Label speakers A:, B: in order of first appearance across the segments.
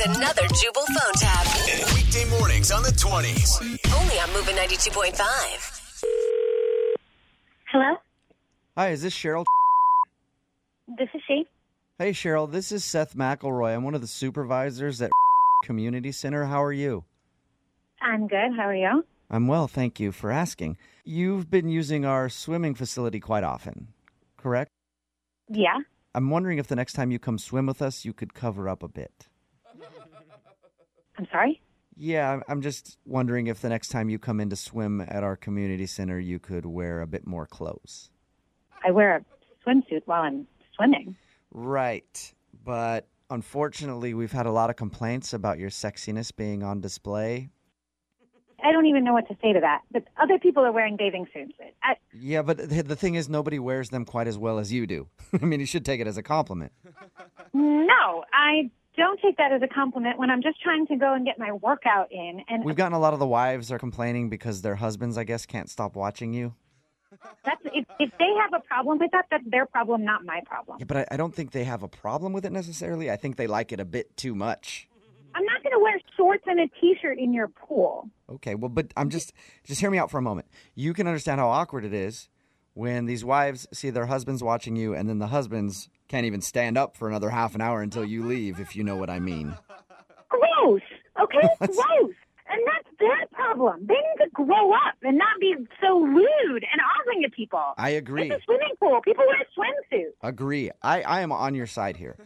A: another Jubal phone tab.
B: Weekday mornings on the 20s.
A: Only on Moving 92.5.
C: Hello,
D: Hi, is this Cheryl?
C: this is she.
D: Hey, Cheryl, this is Seth McElroy. I'm one of the supervisors at Community Center. How are you?
C: I'm good. How are you?
D: I'm well, thank you for asking. You've been using our swimming facility quite often, correct?
C: Yeah.
D: I'm wondering if the next time you come swim with us, you could cover up a bit.
C: I'm sorry.
D: Yeah, I'm- I'm just wondering if the next time you come in to swim at our community center, you could wear a bit more clothes.
C: I wear a swimsuit while I'm swimming.
D: Right. But unfortunately, we've had a lot of complaints about your sexiness being on display.
C: I don't even know what to say to that. But other people are wearing bathing suits. I,
D: Yeah, but th- the thing is, nobody wears them quite as well as you do. I mean, you should take it as a compliment.
C: no, I don't take that as a compliment when I'm just trying to go and get my workout in. And
D: We've gotten a lot of the wives are complaining because their husbands, I guess, can't stop watching you.
C: that's if, if they have a problem with that, that's their problem, not my problem.
D: Yeah, but I, I don't think they have a problem with it necessarily. I think they like it a bit too much.
C: I'm not going to wear shorts and a t-shirt in your pool.
D: Okay, well, but I'm just just hear me out for a moment. You can understand how awkward it is when these wives see their husbands watching you, and then the husbands can't even stand up for another half an hour until you leave, if you know what I mean.
C: Gross. Okay, gross. And that's their problem. They need to grow up and not be so rude and offering to people.
D: I agree.
C: It's a swimming pool. People wear swimsuits.
D: Agree. I, I am on your side here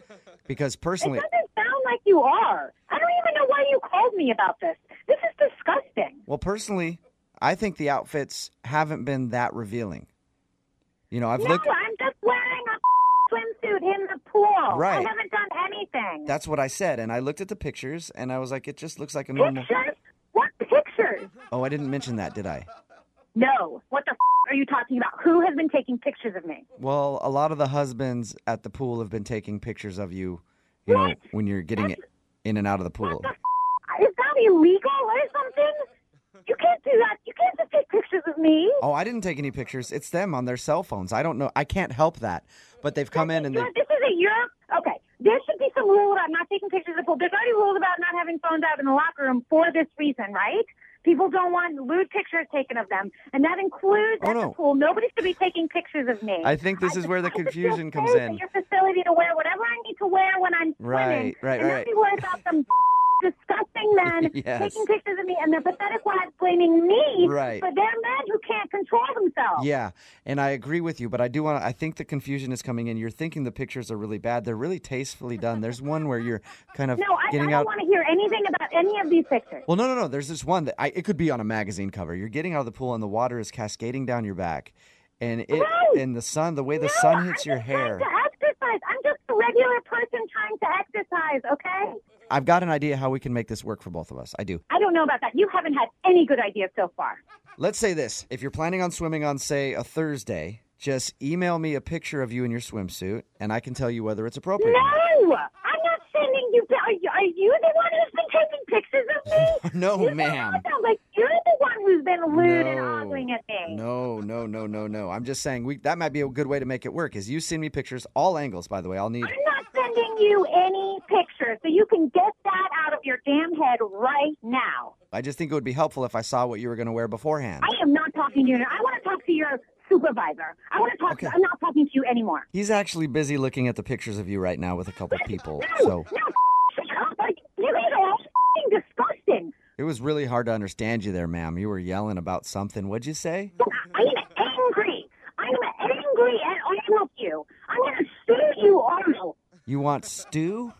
D: because
C: It
D: personally,
C: doesn't sound like you are. I don't even know why you called me about this. This is disgusting.
D: well, personally, I think the outfits haven't been that revealing. You know, I've
C: No,
D: looked.
C: I'm just wearing a swimsuit in the pool.
D: Right.
C: I haven't done anything.
D: That's what I said, and I looked at the pictures, and I was like, it just looks like a normal.
C: pictures? What pictures?
D: Oh, I didn't mention that, did I?
C: No. What the f- are you talking about? Who has been taking pictures of me?
D: Well, a lot of the husbands at the pool have been taking pictures of you, you know, when you're getting it in and out of the pool.
C: Is that illegal or something? You can't do that. You can't just take pictures of me.
D: Oh, I didn't take any pictures. It's them on their cell phones. I don't know. I can't help that. But they've come in and they.
C: You're- This is a Europe. Okay, there should be some rule about not taking pictures of people. There's already rules about not having phones out in the locker room for this reason, right? People don't want lewd pictures taken of them, and that includes
D: Oh,
C: at
D: no.
C: the pool. Nobody should be taking pictures of me.
D: I think this is where the
C: I just feel
D: confusion comes
C: safe
D: in.
C: Your facility to wear whatever I need to wear when I'm swimming,
D: Right, right,
C: and
D: right.
C: not be worried about them. Disgusting men
D: Yes.
C: taking pictures of me and their pathetic wives blaming me
D: Right.
C: for their men who can't control themselves.
D: Yeah, and I agree with you, but I do want to. I think the confusion is coming in. You're thinking the pictures are really bad. They're really tastefully done. There's one where you're kind of
C: No, I, I
D: getting
C: don't
D: out.
C: want to hear anything about any of these pictures.
D: Well, no, no, no. There's this one that I, it could be on a magazine cover. You're getting out of the pool and the water is cascading down your back, and it
C: Gross!
D: and the sun, the way the
C: No,
D: sun hits
C: I'm
D: your
C: just
D: hair.
C: Trying to exercise. I'm just a regular person trying to exercise, okay?
D: I've got an idea how we can make this work for both of us. I do.
C: I don't know about that. You haven't had any good ideas so far.
D: Let's say this: if you're planning on swimming on, say, a Thursday, just email me a picture of you in your swimsuit, and I can tell you whether it's appropriate.
C: No! I'm not sending you. Are you, are you the one who's been taking pictures of me?
D: No,
C: You sound-
D: ma'am.
C: I sound like you're the one who's been rude and
D: No.
C: ogling at me.
D: No, no, no, no, no. I'm just saying we that might be a good way to make it work. Is you send me pictures, all angles, by the way. I'll need.
C: I'm not sending you any pictures, so you can get that out of your damn head right now.
D: I just think it would be helpful if I saw what you were going to wear beforehand.
C: I am not talking to you. I want to talk to your supervisor. I want to talk.
D: Okay.
C: To, I'm not talking to you anymore.
D: He's actually busy looking at the pictures of you right now with a couple people. So
C: No, shut up. Like, you guys are all f***ing disgusting.
D: it was really hard to understand you there, ma'am. You were yelling about something. What'd you say?
C: I am angry. I am angry at all of you. I'm going to sue you all.
D: You want stew?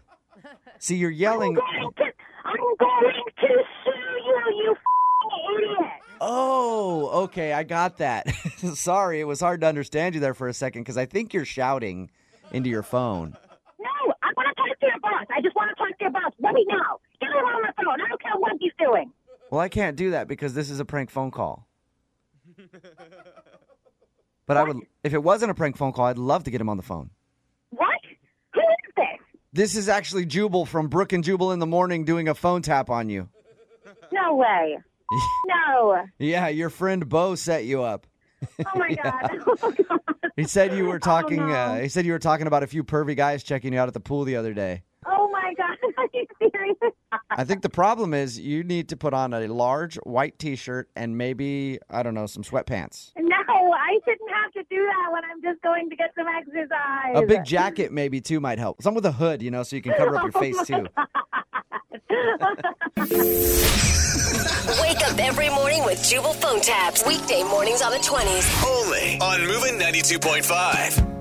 D: See, you're
C: I'm
D: yelling.
C: going to, I'm going to sue you, you f***ing idiot.
D: Oh, okay, I got that. Sorry, it was hard to understand you there for a second because I think you're shouting into your phone.
C: No, I want to talk to your boss. I just want to talk to your boss. Let me know. Get him on the phone. I don't care what he's doing.
D: Well, I can't do that because this is a prank phone call. But I would, if it wasn't a prank phone call, I'd love to get him on the phone.
C: What? Who is this?
D: This is actually Jubal from Brook and Jubal in the morning doing a phone tap on you.
C: No way. No.
D: Yeah, your friend Bo set you up.
C: Oh my god. Oh god.
D: He said you were talking.
C: no.
D: uh, he said you were talking about a few pervy guys checking you out at the pool the other day.
C: Oh my god. serious?
D: I think the problem is you need to put on a large white T-shirt and maybe I don't know some sweatpants,
C: No, I shouldn't have to do that when I'm just going to get some exercise.
D: a big jacket maybe too might help. Some with a hood, you know, so you can cover up your face too.
A: Wake up every morning with Jubal phone tabs. Weekday mornings on the 20s.
B: Only on Moving 92.5.